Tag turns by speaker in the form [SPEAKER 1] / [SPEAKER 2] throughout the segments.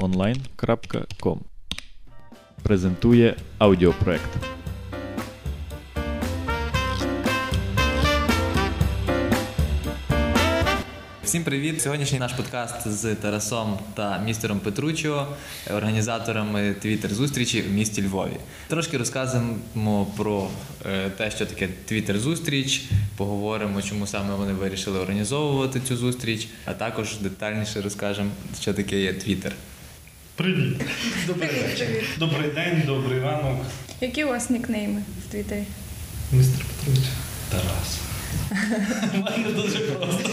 [SPEAKER 1] www.vivtereonline.com Презентує аудіопроект.
[SPEAKER 2] Всім привіт! Сьогоднішній наш подкаст з Тарасом та містером Петручо, організаторами твіттер зустрічі в місті Львові. Трошки розказуємо про е, те, що таке твіттер зустріч. Поговоримо, чому саме вони вирішили організовувати цю зустріч, а також детальніше розкажемо, що таке є твіттер.
[SPEAKER 3] Привіт. Добрий вечір. Добрий день, добрий ранок.
[SPEAKER 4] Які у вас нікнейми в Твіттері?
[SPEAKER 3] Містер Петрович. Тарас. У мене дуже просто.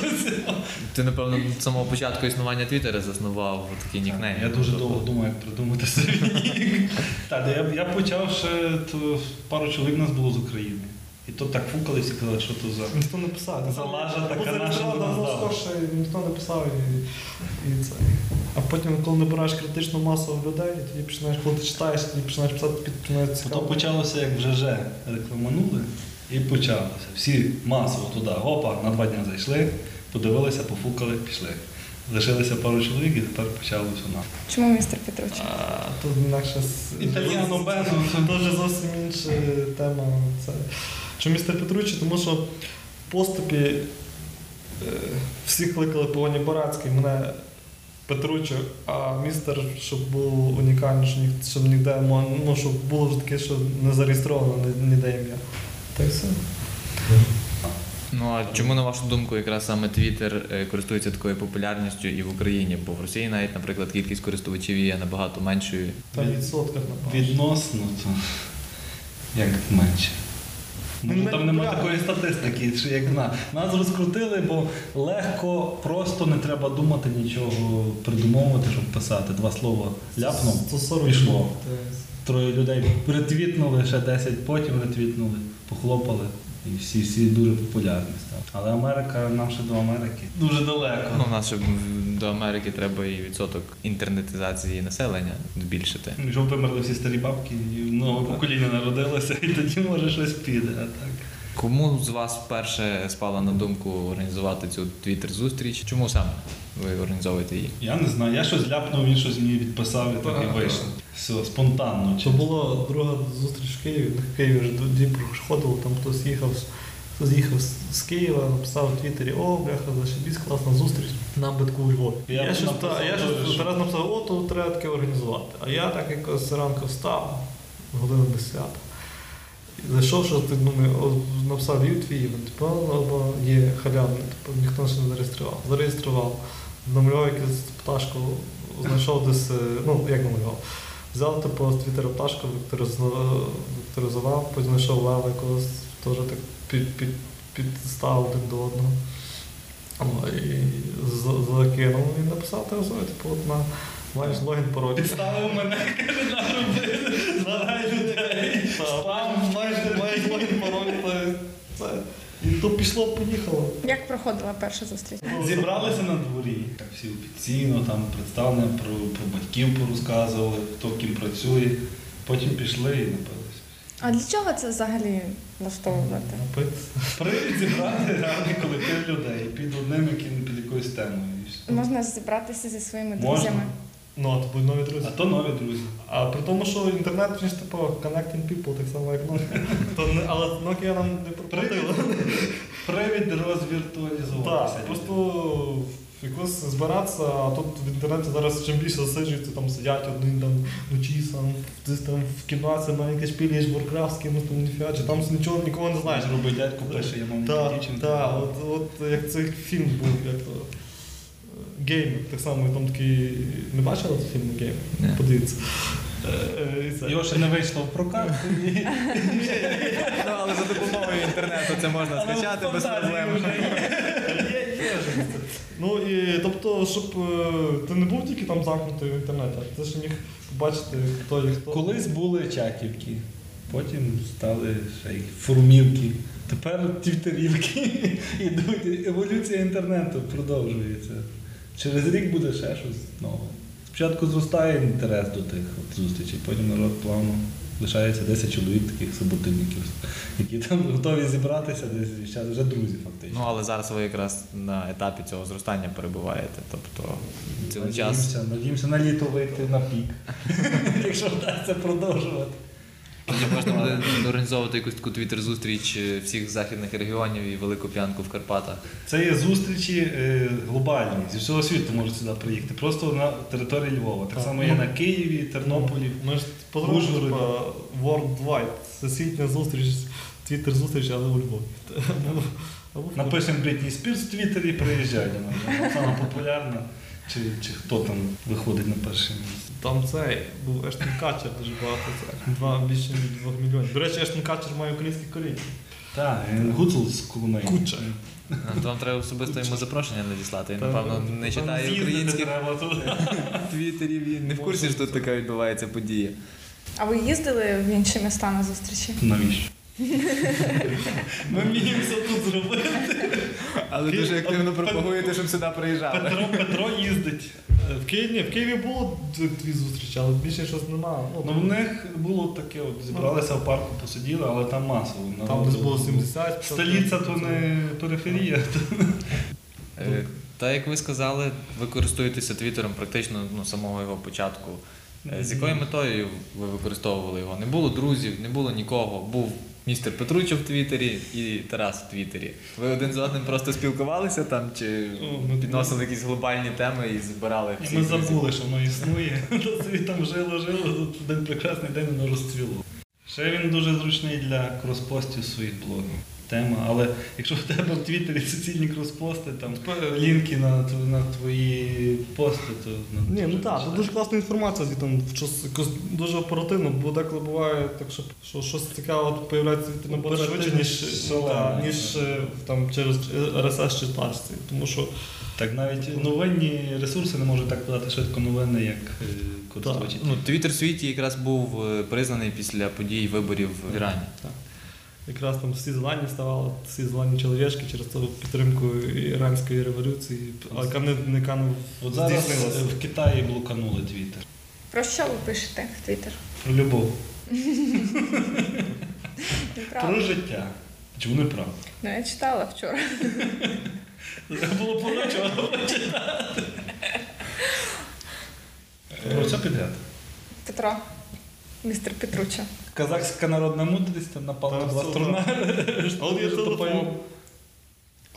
[SPEAKER 2] Ти напевно з самого початку існування твіттера заснував такий нікнейм.
[SPEAKER 3] Е, Я дуже довго думаю, як придумати собі нік. Та, де я, я почав ще то, пару чоловік нас було з України. І то так фукались і казали, що то за.
[SPEAKER 5] Ніхто не писав.
[SPEAKER 3] Залажа така
[SPEAKER 5] Бо
[SPEAKER 3] наша
[SPEAKER 5] зареєстрував
[SPEAKER 3] вона
[SPEAKER 5] давно
[SPEAKER 3] здала.
[SPEAKER 5] скорше, і ніхто не писав. І, і це. А потім, коли набираєш критичну масу людей, і тоді починаєш, коли ти читаєш, тоді починаєш писати, під- починаєш
[SPEAKER 3] То
[SPEAKER 5] цікаво.
[SPEAKER 3] почалося як в ЖЖ рекламанули і почалося. Всі масово туди, опа, на два дні зайшли, подивилися, пофукали, пішли. Лишилися пару чоловік і тепер почалося у нас.
[SPEAKER 4] Чому містер Петрович?
[SPEAKER 5] А Тут інакше з
[SPEAKER 3] Італіано Бену.
[SPEAKER 5] Дуже зовсім інша тема. Це. Чому містер Петруччі? Тому що в поступі е, всі кликали Полоні Барацький, мене Петруччо, а містер, щоб було унікально, що ні, щоб ніде мо- ну, щоб було вже таке, що не зареєстровано ні- ніде ім'я. Та й все.
[SPEAKER 2] Ну а чому на вашу думку, якраз саме Твіттер користується такою популярністю і в Україні? Бо в Росії навіть, наприклад, кількість користувачів є набагато меншою.
[SPEAKER 5] Та
[SPEAKER 3] Від-
[SPEAKER 5] в відсотках напевно.
[SPEAKER 3] Відносно то як менше.
[SPEAKER 5] Ну,
[SPEAKER 3] Може,
[SPEAKER 5] не
[SPEAKER 3] там немає
[SPEAKER 5] правда.
[SPEAKER 3] такої статистики, що як на нас розкрутили, бо легко, просто не треба думати нічого, придумовувати, щоб писати. Два слова ляпнув,
[SPEAKER 5] 140
[SPEAKER 3] пішло.
[SPEAKER 5] Та й все.
[SPEAKER 3] Троє людей ретвітнули, ще 10 потім ретвітнули, похлопали. І всі всі дуже популярні стали. Але Америка, нам ще до Америки. Дуже далеко.
[SPEAKER 2] Ну, у нас ще до Америки треба і відсоток інтернетизації населення збільшити.
[SPEAKER 3] Щоб вимерли всі старі бабки, і нове покоління народилося, і тоді може щось піде, а так.
[SPEAKER 2] Кому з вас вперше спала на думку організувати цю твіттер зустріч? Чому саме ви організовуєте її?
[SPEAKER 3] Я не знаю, я щось ляпнув, він щось мені відписав і так і вийшло. Все, спонтанно.
[SPEAKER 5] Це була друга зустріч в Києві. В Києві вже тоді проходило, там хтось їхав, з- хтось їхав з- з Києва, написав в Твіттері, о, бляха, зашибісь, класна зустріч, нам би таку у Львові.
[SPEAKER 3] Я
[SPEAKER 5] Я,
[SPEAKER 3] б
[SPEAKER 5] щось,
[SPEAKER 3] написав
[SPEAKER 5] та, я
[SPEAKER 3] дуже,
[SPEAKER 5] щось
[SPEAKER 3] що-
[SPEAKER 5] Тарас написав, о, то треба таке організувати. А я так якось зранку встав, година 10. І Зайшов, що ти думаю, о, написав є твій івент, типу, «А, або є халявний, типу, ніхто ще не зареєстрував. Зареєстрував, намалював якусь пташку, знайшов десь, е, ну як намалював. Взяв типу з твіттера пташку, векторизна- векторизував, потім знайшов лева якогось, теж так під, під, підстав один до одного. О, І з- закинув і написав те зоє, типу, от на маєш логін пароль.
[SPEAKER 3] Підставив мене, каже, наробили, задай людей. Спам, майже
[SPEAKER 5] Маєш логін пароль, то це. І то пішло, поїхало.
[SPEAKER 4] Як проходила перша зустріч?
[SPEAKER 3] Зібралися на дворі. Так, всі офіційно, там представлення про, про батьків порозказували, хто ким працює. Потім пішли і напилися.
[SPEAKER 4] А для чого це взагалі влаштовувати?
[SPEAKER 5] Напитися.
[SPEAKER 3] Привід зібрати реальний колектив людей під одним, яким під якоюсь темою. і все.
[SPEAKER 4] Можна зібратися зі своїми
[SPEAKER 3] Можна.
[SPEAKER 4] друзями.
[SPEAKER 5] Ну, а то будь нові друзі.
[SPEAKER 3] А то нові друзі.
[SPEAKER 5] А при тому, що інтернет він ж типу connecting people, так само як Nokia. То не- але Nokia нам не пропустила.
[SPEAKER 3] Привід розвіртуалізуватися.
[SPEAKER 5] Так, просто якось збиратися, а тут в інтернеті зараз чим більше засиджуються, там сидять одні там вночі, сам десь там в кімнаті маленьке шпілієш Warcraft з кимось там ніфіачі, там нічого нікого не знаєш.
[SPEAKER 3] Знаєш, робить дядько пише, я мав
[SPEAKER 5] Так,
[SPEAKER 3] дівчинку.
[SPEAKER 5] так, от, от як цей фільм був, як то. Гейм, так само там такий. Не бачила цей фільм гейм?
[SPEAKER 2] Ні.
[SPEAKER 5] Подивіться. Е, е, і це.
[SPEAKER 3] Його ще не вийшло в прокат.
[SPEAKER 2] Ну, але за допомогою інтернету це можна скачати без проблем.
[SPEAKER 5] Ну і тобто, щоб е, ти не був тільки там замкнутий в інтернеті, а ти ж міг побачити, хто є хто.
[SPEAKER 3] Колись були чатівки, потім стали ще й форумівки. Тепер тівтерівки ідуть. Еволюція інтернету продовжується. Через рік буде ще щось нове. Спочатку зростає інтерес до тих от зустрічей, потім народ плавно лишається 10 чоловік таких суботильників, які там готові зібратися, десь щас вже друзі
[SPEAKER 2] Ну,
[SPEAKER 3] фактично.
[SPEAKER 2] але зараз ви якраз на етапі цього зростання перебуваєте. Тобто цілий час.
[SPEAKER 3] Надіємося, надіємося на літо вийти на пік, якщо вдасться продовжувати.
[SPEAKER 2] Тоді можна буде організовувати якусь таку твіттер-зустріч е, всіх західних регіонів і велику п'янку в Карпатах.
[SPEAKER 3] Це є зустрічі е, глобальні. Зі всього світу можуть сюди приїхати. Просто на території Львова. Так
[SPEAKER 5] Так,
[SPEAKER 3] само
[SPEAKER 5] ну,
[SPEAKER 3] є на Києві, Тернополі.
[SPEAKER 5] Ми ж подумали, що
[SPEAKER 3] Ужгороді.
[SPEAKER 5] типа, worldwide, всесвітня зустріч, твіттер зустріч, але у Львові. Або- або в
[SPEAKER 3] Напишемо Брітні Спірс в Твіттері і приїжджай до нас. Вона Сама популярна. Чи, чи хто там виходить на перше місце?
[SPEAKER 5] Там цей був Ештон Катчер дуже багато це. Два більше ніж двох мільйонів. До речі, Ештон Катчер має українські коріння.
[SPEAKER 3] Так, він гуцул з Коломиї.
[SPEAKER 5] Куча.
[SPEAKER 2] А, Е, То вам треба особисто йому запрошення надіслати. Він,
[SPEAKER 5] Та,
[SPEAKER 2] напевно, не
[SPEAKER 5] там
[SPEAKER 2] читає
[SPEAKER 5] з'їздити
[SPEAKER 2] українських
[SPEAKER 5] треба туди.
[SPEAKER 2] твіттерів і не в курсі, що тут така відбувається подія.
[SPEAKER 4] А ви їздили в інші міста на зустрічі?
[SPEAKER 3] Навіщо?
[SPEAKER 5] Ми вміємо все тут зробити.
[SPEAKER 2] Але
[SPEAKER 5] Ти-
[SPEAKER 2] дуже активно
[SPEAKER 5] от пан-
[SPEAKER 2] пропагуєте, щоб сюди приїжджали.
[SPEAKER 5] Петро, Петро їздить. Е, В Києві, в Києві було дві- дві зустрічі, але більше щось немає.
[SPEAKER 3] Ну в них було таке, от зібралися в парку, посиділи, але там масово.
[SPEAKER 5] там
[SPEAKER 3] народу
[SPEAKER 5] десь було 70.
[SPEAKER 3] Столиця то Ну, не периферія.
[SPEAKER 2] Е, Та як ви сказали, ви користуєтеся твіттером практично ну, з самого його початку. Е, З якою метою ви використовували його? Не було друзів, не було нікого. Був містер Петручо в Твіттері і Тарас в Твіттері. Ви один з одним просто спілкувалися там чи
[SPEAKER 5] Ну, ми-
[SPEAKER 2] підносили якісь глобальні теми і збирали
[SPEAKER 3] Ми
[SPEAKER 2] всіх друзів?
[SPEAKER 3] забули, що воно існує. То собі там жило, жило, тут один прекрасний день воно розцвіло. Ще він дуже зручний для кроспостів своїх блогів. Тема, але якщо в тебе в Твіттері суцільні кроспости, там
[SPEAKER 5] е,
[SPEAKER 3] лінки на, тв- на твої пости, то ну,
[SPEAKER 5] Ні, ну
[SPEAKER 3] дуже
[SPEAKER 5] так,
[SPEAKER 3] зручно.
[SPEAKER 5] дуже класна інформація звідти, щось якось дуже оперативно, бо деколи буває так, що, що щось цікаве от появляється від набагато
[SPEAKER 3] Оперативно
[SPEAKER 5] швидше, ніж,
[SPEAKER 3] шалено.
[SPEAKER 5] та, ніж е, там, через RSS читачці. Тому що
[SPEAKER 3] Так навіть новинні ресурси не можуть так подати швидко новини, як е, користувачі.
[SPEAKER 2] Ну, Твіттер в світі якраз був е, признаний після подій виборів в Ірані.
[SPEAKER 5] якраз там всі зелені ставали, всі зелені чоловічки через ту підтримку іранської революції, а яка не, не канув
[SPEAKER 3] От зараз
[SPEAKER 5] здійснилася.
[SPEAKER 3] е, в Китаї блуканули Твіттер.
[SPEAKER 4] Про що ви пишете в Твіттер?
[SPEAKER 3] Про любов, про
[SPEAKER 4] Правда.
[SPEAKER 3] життя. Чи вони правда?
[SPEAKER 4] Ну, я читала вчора.
[SPEAKER 3] Треба було поручено Про все підряд.
[SPEAKER 4] Петро. Містер Петруча.
[SPEAKER 3] Казахська народна мудрість там напала
[SPEAKER 5] Там
[SPEAKER 3] на два
[SPEAKER 5] все,
[SPEAKER 3] струна.
[SPEAKER 5] От є
[SPEAKER 3] Дуже
[SPEAKER 5] телефон.
[SPEAKER 3] тупою.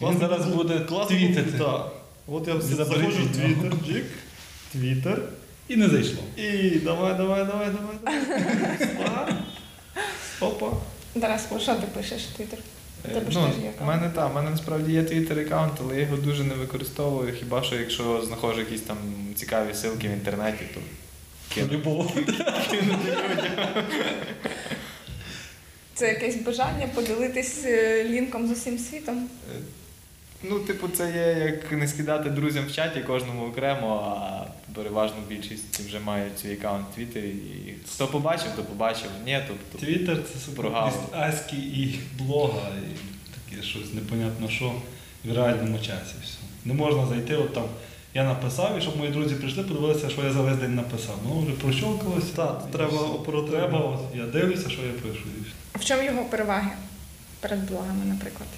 [SPEAKER 3] Він зараз буде твітити.
[SPEAKER 5] Так. От я все
[SPEAKER 3] Заберіть
[SPEAKER 5] заходжу в
[SPEAKER 3] від нього.
[SPEAKER 5] твіттер, джік, твіттер.
[SPEAKER 3] І не зайшло.
[SPEAKER 5] І давай, давай, давай, давай, давай. Ага. Опа.
[SPEAKER 4] Тарас, про що ти пишеш в Твіттер?
[SPEAKER 6] Е,
[SPEAKER 4] Тебе ж
[SPEAKER 6] Ну,
[SPEAKER 4] теж є
[SPEAKER 6] в мене так, в мене насправді є Twitter аккаунт, але я його дуже не використовую, хіба що якщо знаходжу якісь там цікаві ссылки в інтернеті, то кину.
[SPEAKER 3] Любов.
[SPEAKER 4] Це якесь бажання поділитись е, лінком з усім світом.
[SPEAKER 6] Е, Ну, типу, це є як не скидати друзям в чаті кожному окремо, а переважно більшість вже мають свій аккаунт в Твіттері. І хто побачив, то побачив. Ні, тобто.
[SPEAKER 3] Твіттер це супер.
[SPEAKER 6] Прогав.
[SPEAKER 3] Аські і блога, і таке щось непонятно що в реальному часі. Все. Не можна зайти, от там я написав, і щоб мої друзі прийшли, подивилися, що я за весь день написав. Воно вже прощолкалося.
[SPEAKER 5] Так,
[SPEAKER 3] і
[SPEAKER 5] треба
[SPEAKER 3] все.
[SPEAKER 5] оперативно.
[SPEAKER 3] Треба, от, я дивлюся, що я пишу. і все.
[SPEAKER 4] А В чому його переваги перед блогами, наприклад?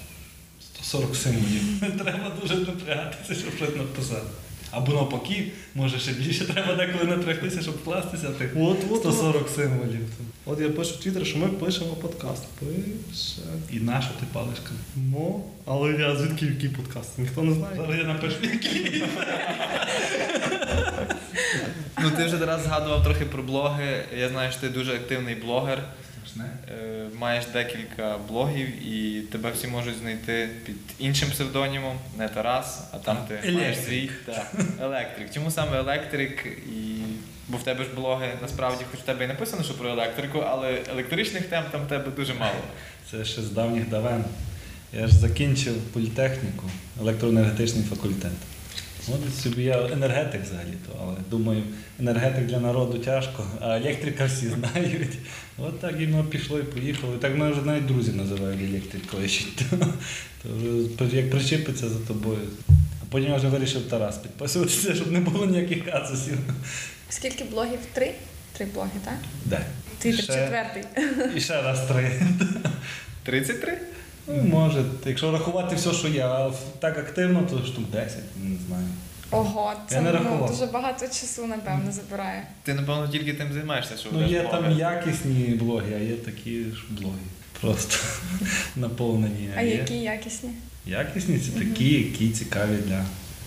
[SPEAKER 3] 140 символів. Треба дуже напрягатися, щоб щось написати. Або навпаки, може ще більше треба деколи напрягтися, щоб вкластися типу, в тих
[SPEAKER 5] От, от, от.
[SPEAKER 3] 140 символів.
[SPEAKER 5] От я пишу в Твіттер, що ми пишемо подкаст. Пише.
[SPEAKER 3] І наша типу, ти палишка.
[SPEAKER 5] Ну, але я звідки який подкаст? Ніхто не знає.
[SPEAKER 3] Зараз я напишу.
[SPEAKER 6] Ну ти вже зараз згадував трохи про блоги. Я знаю, що ти дуже активний блогер. Е, Маєш декілька блогів і тебе всі можуть знайти під іншим псевдонімом, не Тарас, а там ти маєш
[SPEAKER 3] Електрик.
[SPEAKER 6] свій та, електрик. Чому саме електрик? І... Бо в тебе ж блоги насправді, хоч в тебе і написано, що про електрику, але електричних тем там в тебе дуже мало.
[SPEAKER 3] Це ще з давніх давен. Я ж закінчив політехніку, електроенергетичний факультет. От собі я енергетик взагалі-то, але думаю, енергетик для народу тяжко, а електрика всі знають. От так і воно пішло і поїхало. І так мене вже навіть друзі називають електрикою. ще. То, то вже як причепиться за тобою. А потім я вже вирішив Тарас підписуватися, щоб не було ніяких казусів.
[SPEAKER 4] Скільки блогів? Три? Три блоги, так?
[SPEAKER 3] Де?
[SPEAKER 4] Твіттер
[SPEAKER 3] Ще.
[SPEAKER 4] четвертий.
[SPEAKER 3] І ще раз три.
[SPEAKER 6] 33?
[SPEAKER 3] Ну, Може, якщо рахувати все, що я а в- так активно, то штук 10, не знаю.
[SPEAKER 4] Ого, це
[SPEAKER 3] Я не
[SPEAKER 4] ну,
[SPEAKER 3] рахував.
[SPEAKER 4] дуже багато часу, напевно, забирає.
[SPEAKER 6] Ти, напевно, тільки тим займаєшся, що
[SPEAKER 3] Ну
[SPEAKER 6] ведеш
[SPEAKER 3] є
[SPEAKER 6] блогер.
[SPEAKER 3] там якісні блоги, а є такі ж блоги. Просто наповнені.
[SPEAKER 4] А які якісні?
[SPEAKER 3] Якісні це такі, які цікаві для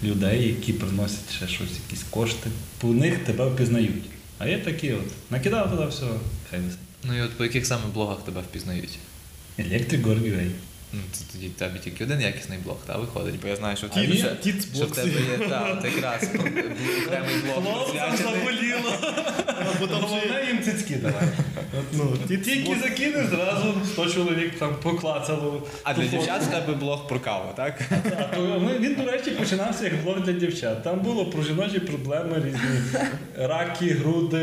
[SPEAKER 3] людей, які приносять ще щось, якісь кошти. По них тебе впізнають. А є такі от. Накидав туди все, хай висить.
[SPEAKER 2] Ну і от по яких саме блогах тебе впізнають?
[SPEAKER 3] Електрик Горгівей.
[SPEAKER 2] Ну, це тоді в тебе тільки один якісний блог, та виходить, бо я знаю, що в
[SPEAKER 3] А
[SPEAKER 2] тебе
[SPEAKER 3] ні,
[SPEAKER 2] вже- що в
[SPEAKER 5] тіцбокси.
[SPEAKER 2] тебе є та, от якраз бл- окремий блог присвячений.
[SPEAKER 3] заболіло.
[SPEAKER 5] Бо там же є-
[SPEAKER 3] Головне їм цицьки давай.
[SPEAKER 5] ну, ті-
[SPEAKER 3] Тільки закинеш, зразу 100 чоловік там поклацало.
[SPEAKER 2] А для дівчат в тебе блог про каву, так?
[SPEAKER 3] А то ми- Він, до речі, починався як блог для дівчат. Там було про жіночі проблеми різні. Раки, груди,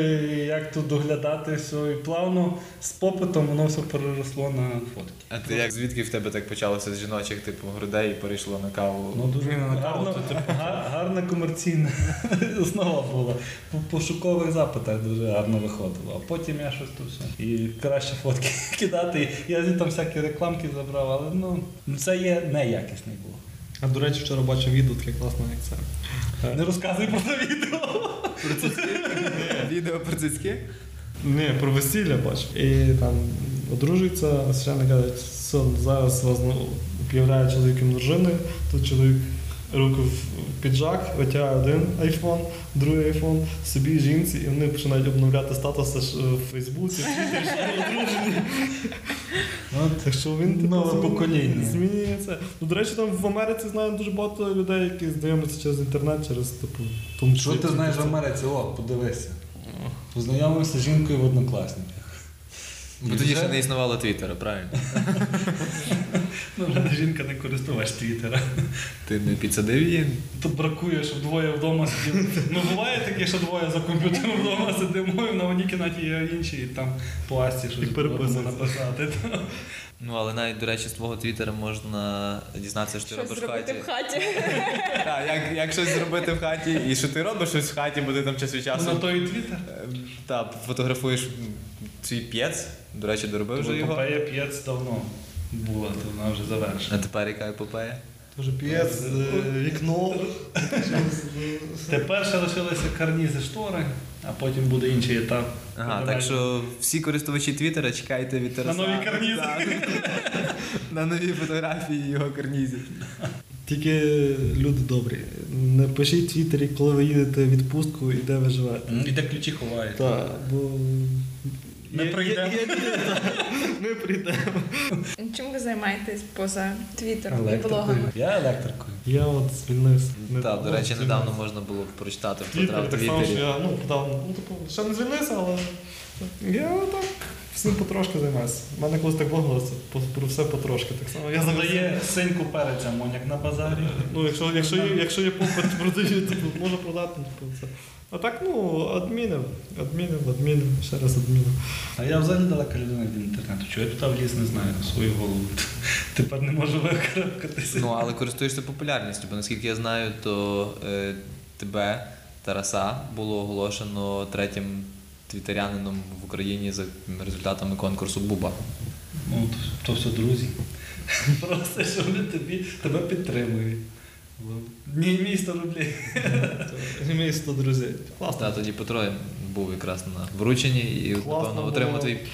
[SPEAKER 3] як тут доглядати все. І плавно з попитом воно все переросло на фотки.
[SPEAKER 2] А ти як звідки в тебе так почалося з жіночих типу грудей і перейшло на каву?
[SPEAKER 3] Ну, дуже гарно,
[SPEAKER 5] типу,
[SPEAKER 3] га- гарна комерційна основа була. По пошукових запитах дуже гарно виходило. А потім я щось тут все. І краще фотки кидати. Я звідти там всякі рекламки забрав, але ну це є неякісний блог.
[SPEAKER 5] А до речі, вчора бачив відео таке класне, як це.
[SPEAKER 3] Не розказуй про це відео.
[SPEAKER 2] Відео про цицьки?
[SPEAKER 5] Не, про весілля бачив. І там одружується, священник каже, все, зараз вас ну, об'являє чоловіком дружини, то чоловік руку в піджак, витягає один айфон, другий айфон, собі жінці, і вони починають обновляти статуси ж, е, в Фейсбуці, в Твіттері, що вони одружені. Так що він типу,
[SPEAKER 3] Нове
[SPEAKER 5] змінює-
[SPEAKER 3] покоління.
[SPEAKER 5] Змінює це. Ну, до речі, там в Америці знаю дуже багато людей, які знайомляться через інтернет, через типу. тому
[SPEAKER 3] Що ти
[SPEAKER 5] числі-
[SPEAKER 3] знаєш в Америці? О, подивися. Познайомився з жінкою в однокласниках.
[SPEAKER 2] Бо тоді ще не існувало твіттера, правильно?
[SPEAKER 3] Ну, мене жінка не користувач твіттера.
[SPEAKER 2] Ти не підсадив її?
[SPEAKER 3] Тут бракує, щоб двоє вдома сиділи. Ну буває таке, що двоє за комп'ютером вдома сидимо, і на одній кімнаті є інші, і там по асті щось
[SPEAKER 5] переписуються.
[SPEAKER 3] можна написати. Та.
[SPEAKER 2] Ну, але навіть, до речі, з твого твіттера можна дізнатися, що ти
[SPEAKER 4] Що
[SPEAKER 2] робиш в
[SPEAKER 4] зробити
[SPEAKER 2] хаті.
[SPEAKER 4] в хаті?
[SPEAKER 2] Так, як, як щось зробити в хаті, і що ти робиш щось в хаті, бо ти там час від
[SPEAKER 3] Ну, На
[SPEAKER 2] часу.
[SPEAKER 3] той твіттер.
[SPEAKER 2] Ем, Та, фотографуєш свій п'єц, до речі, доробив
[SPEAKER 3] Тобто
[SPEAKER 2] вже його.
[SPEAKER 3] Попея п'єць давно була, то вона вже
[SPEAKER 2] А
[SPEAKER 3] завершена.
[SPEAKER 2] тепер яка епопея?
[SPEAKER 5] Дуже п'єс, е, вікно.
[SPEAKER 3] Тепер ще лишилися карнізи штори, а потім буде інший етап.
[SPEAKER 2] Ага, так що всі користувачі твіттера чекайте від
[SPEAKER 3] На
[SPEAKER 2] Тараса.
[SPEAKER 3] нові карнізи.
[SPEAKER 2] Так. На нові фотографії його карнізів.
[SPEAKER 5] Тільки люди добрі. Не пишіть в Твіттері, коли ви їдете в відпустку і де ви живете.
[SPEAKER 3] І де ключі ховаєте.
[SPEAKER 5] Так, бо.
[SPEAKER 3] Ми
[SPEAKER 5] Є-
[SPEAKER 3] прийдемо.
[SPEAKER 5] є- є- так, Ми прийдемо.
[SPEAKER 4] Чим ви займаєтесь поза твіттером і
[SPEAKER 3] Електрикою.
[SPEAKER 4] блогами?
[SPEAKER 3] Я електрикою.
[SPEAKER 5] Я от звільнився.
[SPEAKER 2] Так, до речі,
[SPEAKER 5] Звільнився.
[SPEAKER 2] недавно можна було прочитати в
[SPEAKER 5] Ну, Твіттер, так само, що
[SPEAKER 2] Твіттері.
[SPEAKER 5] я ну, подав. Ну, типу, ще не звільнився, але я так всім потрошки займаюся. У мене колись так було, це по- про все потрошки. Так само. Ну, Я завдає.
[SPEAKER 3] Продає синьку переця, моняк на базарі.
[SPEAKER 5] Ну, якщо, якщо, є- якщо є попит, продаю, то можу продати. ну, типу, це. А так, ну, адмінив, адмінив, адмінив, ще раз адмінив.
[SPEAKER 3] А я взагалі далека людина від інтернету. Чого я туди вліз, не знаю, в свою голову. Тепер не можу викарабкатися.
[SPEAKER 2] Ну, але користуєшся популярністю, бо наскільки я знаю, то е, тебе, Тараса, було оголошено третім твіттерянином в Україні за результатами конкурсу Буба.
[SPEAKER 3] Ну, то, то все друзі. Просто що вони тобі, тебе підтримують. Мій місто рублі.
[SPEAKER 5] Місто, друзі.
[SPEAKER 2] Та тоді Петро був якраз на врученні і
[SPEAKER 5] Класно
[SPEAKER 2] напевно
[SPEAKER 5] було.
[SPEAKER 2] отримав твій
[SPEAKER 5] Там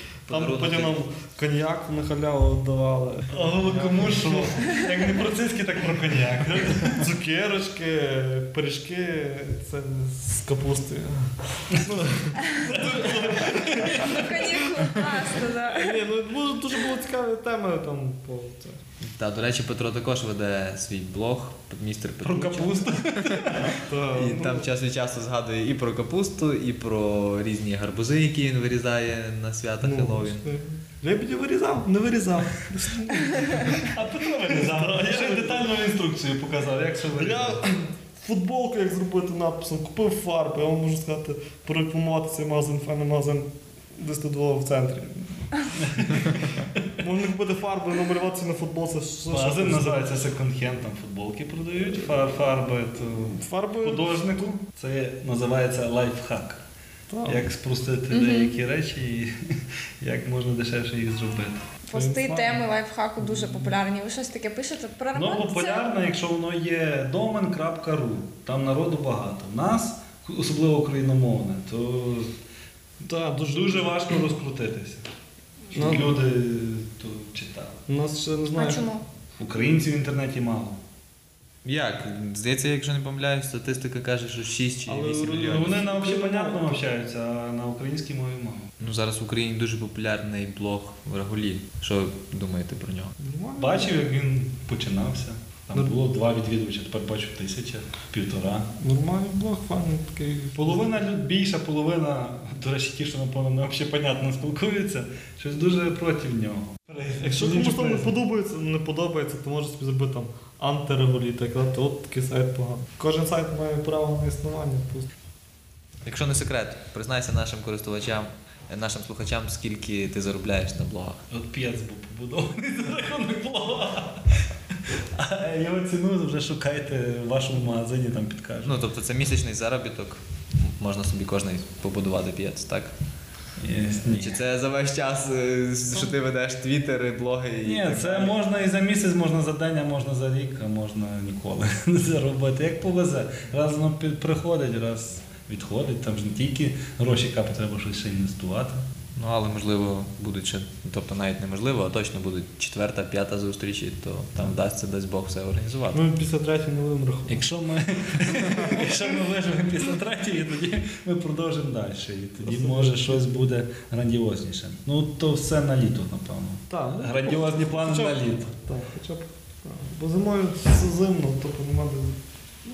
[SPEAKER 2] подарунок.
[SPEAKER 5] потім нам коньяк на халяву давали.
[SPEAKER 3] А кому що? Як не про циски, так про коньяк.
[SPEAKER 5] Цукерочки, пиріжки, це з капусти.
[SPEAKER 4] Коньяку, Ну, класно, да.
[SPEAKER 5] Ні, ну було- дуже було цікаві теми там по це.
[SPEAKER 2] Та, до речі, Петро також веде свій блог, містер Петро.
[SPEAKER 3] Про капусту.
[SPEAKER 5] Та,
[SPEAKER 2] І
[SPEAKER 5] ну,
[SPEAKER 2] там час від часу згадує і про капусту, і про різні гарбузи, які він вирізає на свята
[SPEAKER 5] ну,
[SPEAKER 2] Хеллоуін.
[SPEAKER 5] Лебедів вирізав, не вирізав.
[SPEAKER 3] А Петро мені забрав. Я ще детальну інструкцію показав, як що
[SPEAKER 5] Я
[SPEAKER 3] вирішити.
[SPEAKER 5] футболку як зробити написом, купив фарби, я вам можу сказати, порекламувати цей магазин, файний магазин десь тут було в центрі. Можна купити фарби, намалюватися на футболці. що-
[SPEAKER 3] Магазин
[SPEAKER 5] що-
[SPEAKER 3] називається секонд-хенд, там футболки продають, фа- фарби, то
[SPEAKER 5] Фарби.
[SPEAKER 3] художнику. Це називається лайфхак.
[SPEAKER 5] Так.
[SPEAKER 3] як спростити
[SPEAKER 4] Мгм.
[SPEAKER 3] деякі речі і як можна дешевше їх зробити.
[SPEAKER 4] Пости
[SPEAKER 3] Слава.
[SPEAKER 4] теми лайфхаку дуже популярні. Ви щось таке пишете про ремонт?
[SPEAKER 3] Ну, популярно, якщо воно є domen.ru, там народу багато. В нас, особливо україномовне, то
[SPEAKER 5] Так, дуже
[SPEAKER 3] дуже важко розкрутитися. Щоб
[SPEAKER 5] Ну.
[SPEAKER 3] люди то читали.
[SPEAKER 5] У нас ще не
[SPEAKER 4] Це... А
[SPEAKER 5] знаю.
[SPEAKER 4] чому?
[SPEAKER 3] Українців в інтернеті мало.
[SPEAKER 2] Як? Здається, якщо не помиляюсь, статистика каже, що 6 чи
[SPEAKER 3] Але
[SPEAKER 2] 8 мільйонів.
[SPEAKER 3] вони на взагалі навчаються, а на українській мові мало.
[SPEAKER 2] Ну зараз в Україні дуже популярний блог Рагулі. Що думаєте про нього?
[SPEAKER 5] Нормально.
[SPEAKER 3] Бачив, як він починався.
[SPEAKER 5] Ну.
[SPEAKER 3] Там було два відвідувача, тепер бачу тисяча, півтора.
[SPEAKER 5] Нормальний блог, файний такий.
[SPEAKER 3] Половина люд більша, половина, до речі, ті, що напевно не взагалі понятно спілкуються, щось дуже проти нього.
[SPEAKER 5] Якщо
[SPEAKER 3] Дуже
[SPEAKER 5] комусь там не
[SPEAKER 3] пресний.
[SPEAKER 5] подобається, не подобається, то може собі зробити там антиреволіт, як казати, от такий сайт поганий. Кожен сайт має право на існування. Просто.
[SPEAKER 2] Якщо не секрет, признайся нашим користувачам, е, нашим слухачам, скільки ти заробляєш на блогах.
[SPEAKER 3] От п'єц був побудований за рахунок блога. А його ціну вже шукайте в вашому магазині, там підкажуть.
[SPEAKER 2] Ну тобто це місячний заробіток. Можна собі кожний побудувати п'єц, так?
[SPEAKER 3] Є, ні.
[SPEAKER 2] Чи це за весь час, е, що ти ведеш твіттери, блоги і
[SPEAKER 3] Ні,
[SPEAKER 2] так
[SPEAKER 3] це
[SPEAKER 2] далі?
[SPEAKER 3] можна і за місяць, можна за день, а можна за рік, а можна ніколи не заробити. Як повезе. Раз воно пі- приходить, раз відходить, там ж не тільки гроші капи, треба щось ще інвестувати.
[SPEAKER 2] Ну але можливо будуть ще, тобто навіть неможливо, а точно будуть четверта, п'ята зустрічі, то там вдасться, дасть Бог все організувати.
[SPEAKER 5] Ми після третього не будемо рахувати.
[SPEAKER 3] Якщо ми, якщо ми виживемо після третьої, тоді ми продовжимо далі. І тоді може щось буде грандіозніше. Ну то все на літо, напевно.
[SPEAKER 5] Так, ну,
[SPEAKER 3] Грандіозні плани
[SPEAKER 5] хоча б-
[SPEAKER 3] на літо.
[SPEAKER 5] Так, хоча б. так. Бо зимою все зимно, тобто нема де. ну,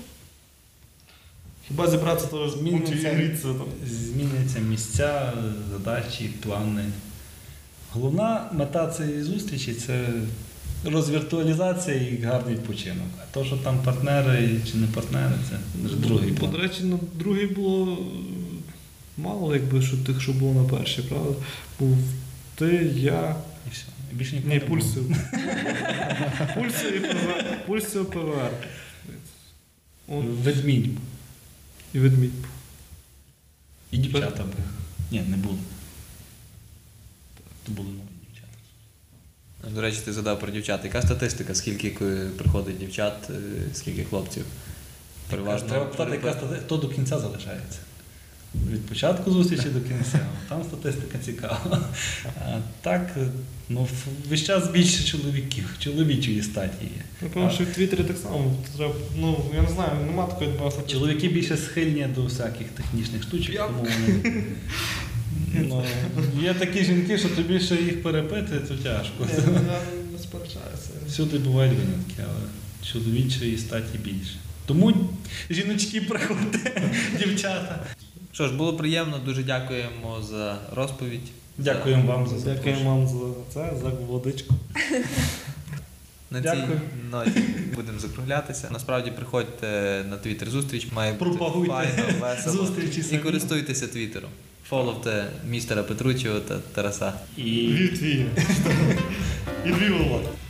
[SPEAKER 5] Хіба зібратися то
[SPEAKER 3] Зміниться.
[SPEAKER 5] змінюється там.
[SPEAKER 3] Зміняться місця, задачі, плани. Головна мета цієї зустрічі це розвіртуалізація і гарний відпочинок. А то, що там партнери чи не партнери, це вже другий
[SPEAKER 5] Бо,
[SPEAKER 3] план.
[SPEAKER 5] До Ну, речі, на другий було е, мало, якби що тих, що було на першій, правда? Був ти, я.
[SPEAKER 3] І все. І Більше нікого
[SPEAKER 5] Ні,
[SPEAKER 3] не було.
[SPEAKER 5] пульсів. пульсів і ПВР. Пульсів ПВР. От.
[SPEAKER 3] Ну. Ведмідь. був.
[SPEAKER 5] І ведмідь. був.
[SPEAKER 3] І дівчата були. Ні, не було. То були нові дівчата.
[SPEAKER 2] Ну, До речі, ти задав про дівчат. Яка статистика? Скільки к- приходить дівчат, е, скільки хлопців? Переважно.
[SPEAKER 3] Треба питати, яка стати- Ну, хто до кінця залишається. Від початку зустрічі до кінця. Ну, Там статистика цікава. А так, ну, в- весь час більше чоловіків, чоловічої статі є.
[SPEAKER 5] Напевно, Ну, що в Твіттері так само. Треба, ну, я не знаю, нема такої два
[SPEAKER 3] Чоловіки більше схильні до всяких технічних штучок, тому вони. Ну, є такі жінки, що тобі ще їх перепити, то тяжко.
[SPEAKER 5] Е, Я не сперечаюся.
[SPEAKER 3] Всюди бувають винятки, але чоловічої статі більше. Тому жіночки приходять, дівчата.
[SPEAKER 2] Що ж, було приємно, дуже дякуємо за розповідь.
[SPEAKER 3] Дякуємо вам за
[SPEAKER 5] Дякую
[SPEAKER 3] запрошення.
[SPEAKER 5] вам за це, за водичку.
[SPEAKER 2] На цій
[SPEAKER 5] Дякую.
[SPEAKER 2] ноті будемо закруглятися. Насправді приходьте на твіттер зустріч, має бути
[SPEAKER 3] Пропагуйте
[SPEAKER 2] файно, весело.
[SPEAKER 3] зустрічі
[SPEAKER 2] і
[SPEAKER 3] самі.
[SPEAKER 2] користуйтеся твіттером. Фоловте містера Петручого та Тараса.
[SPEAKER 3] І
[SPEAKER 5] Львів твій. І Львів Олег.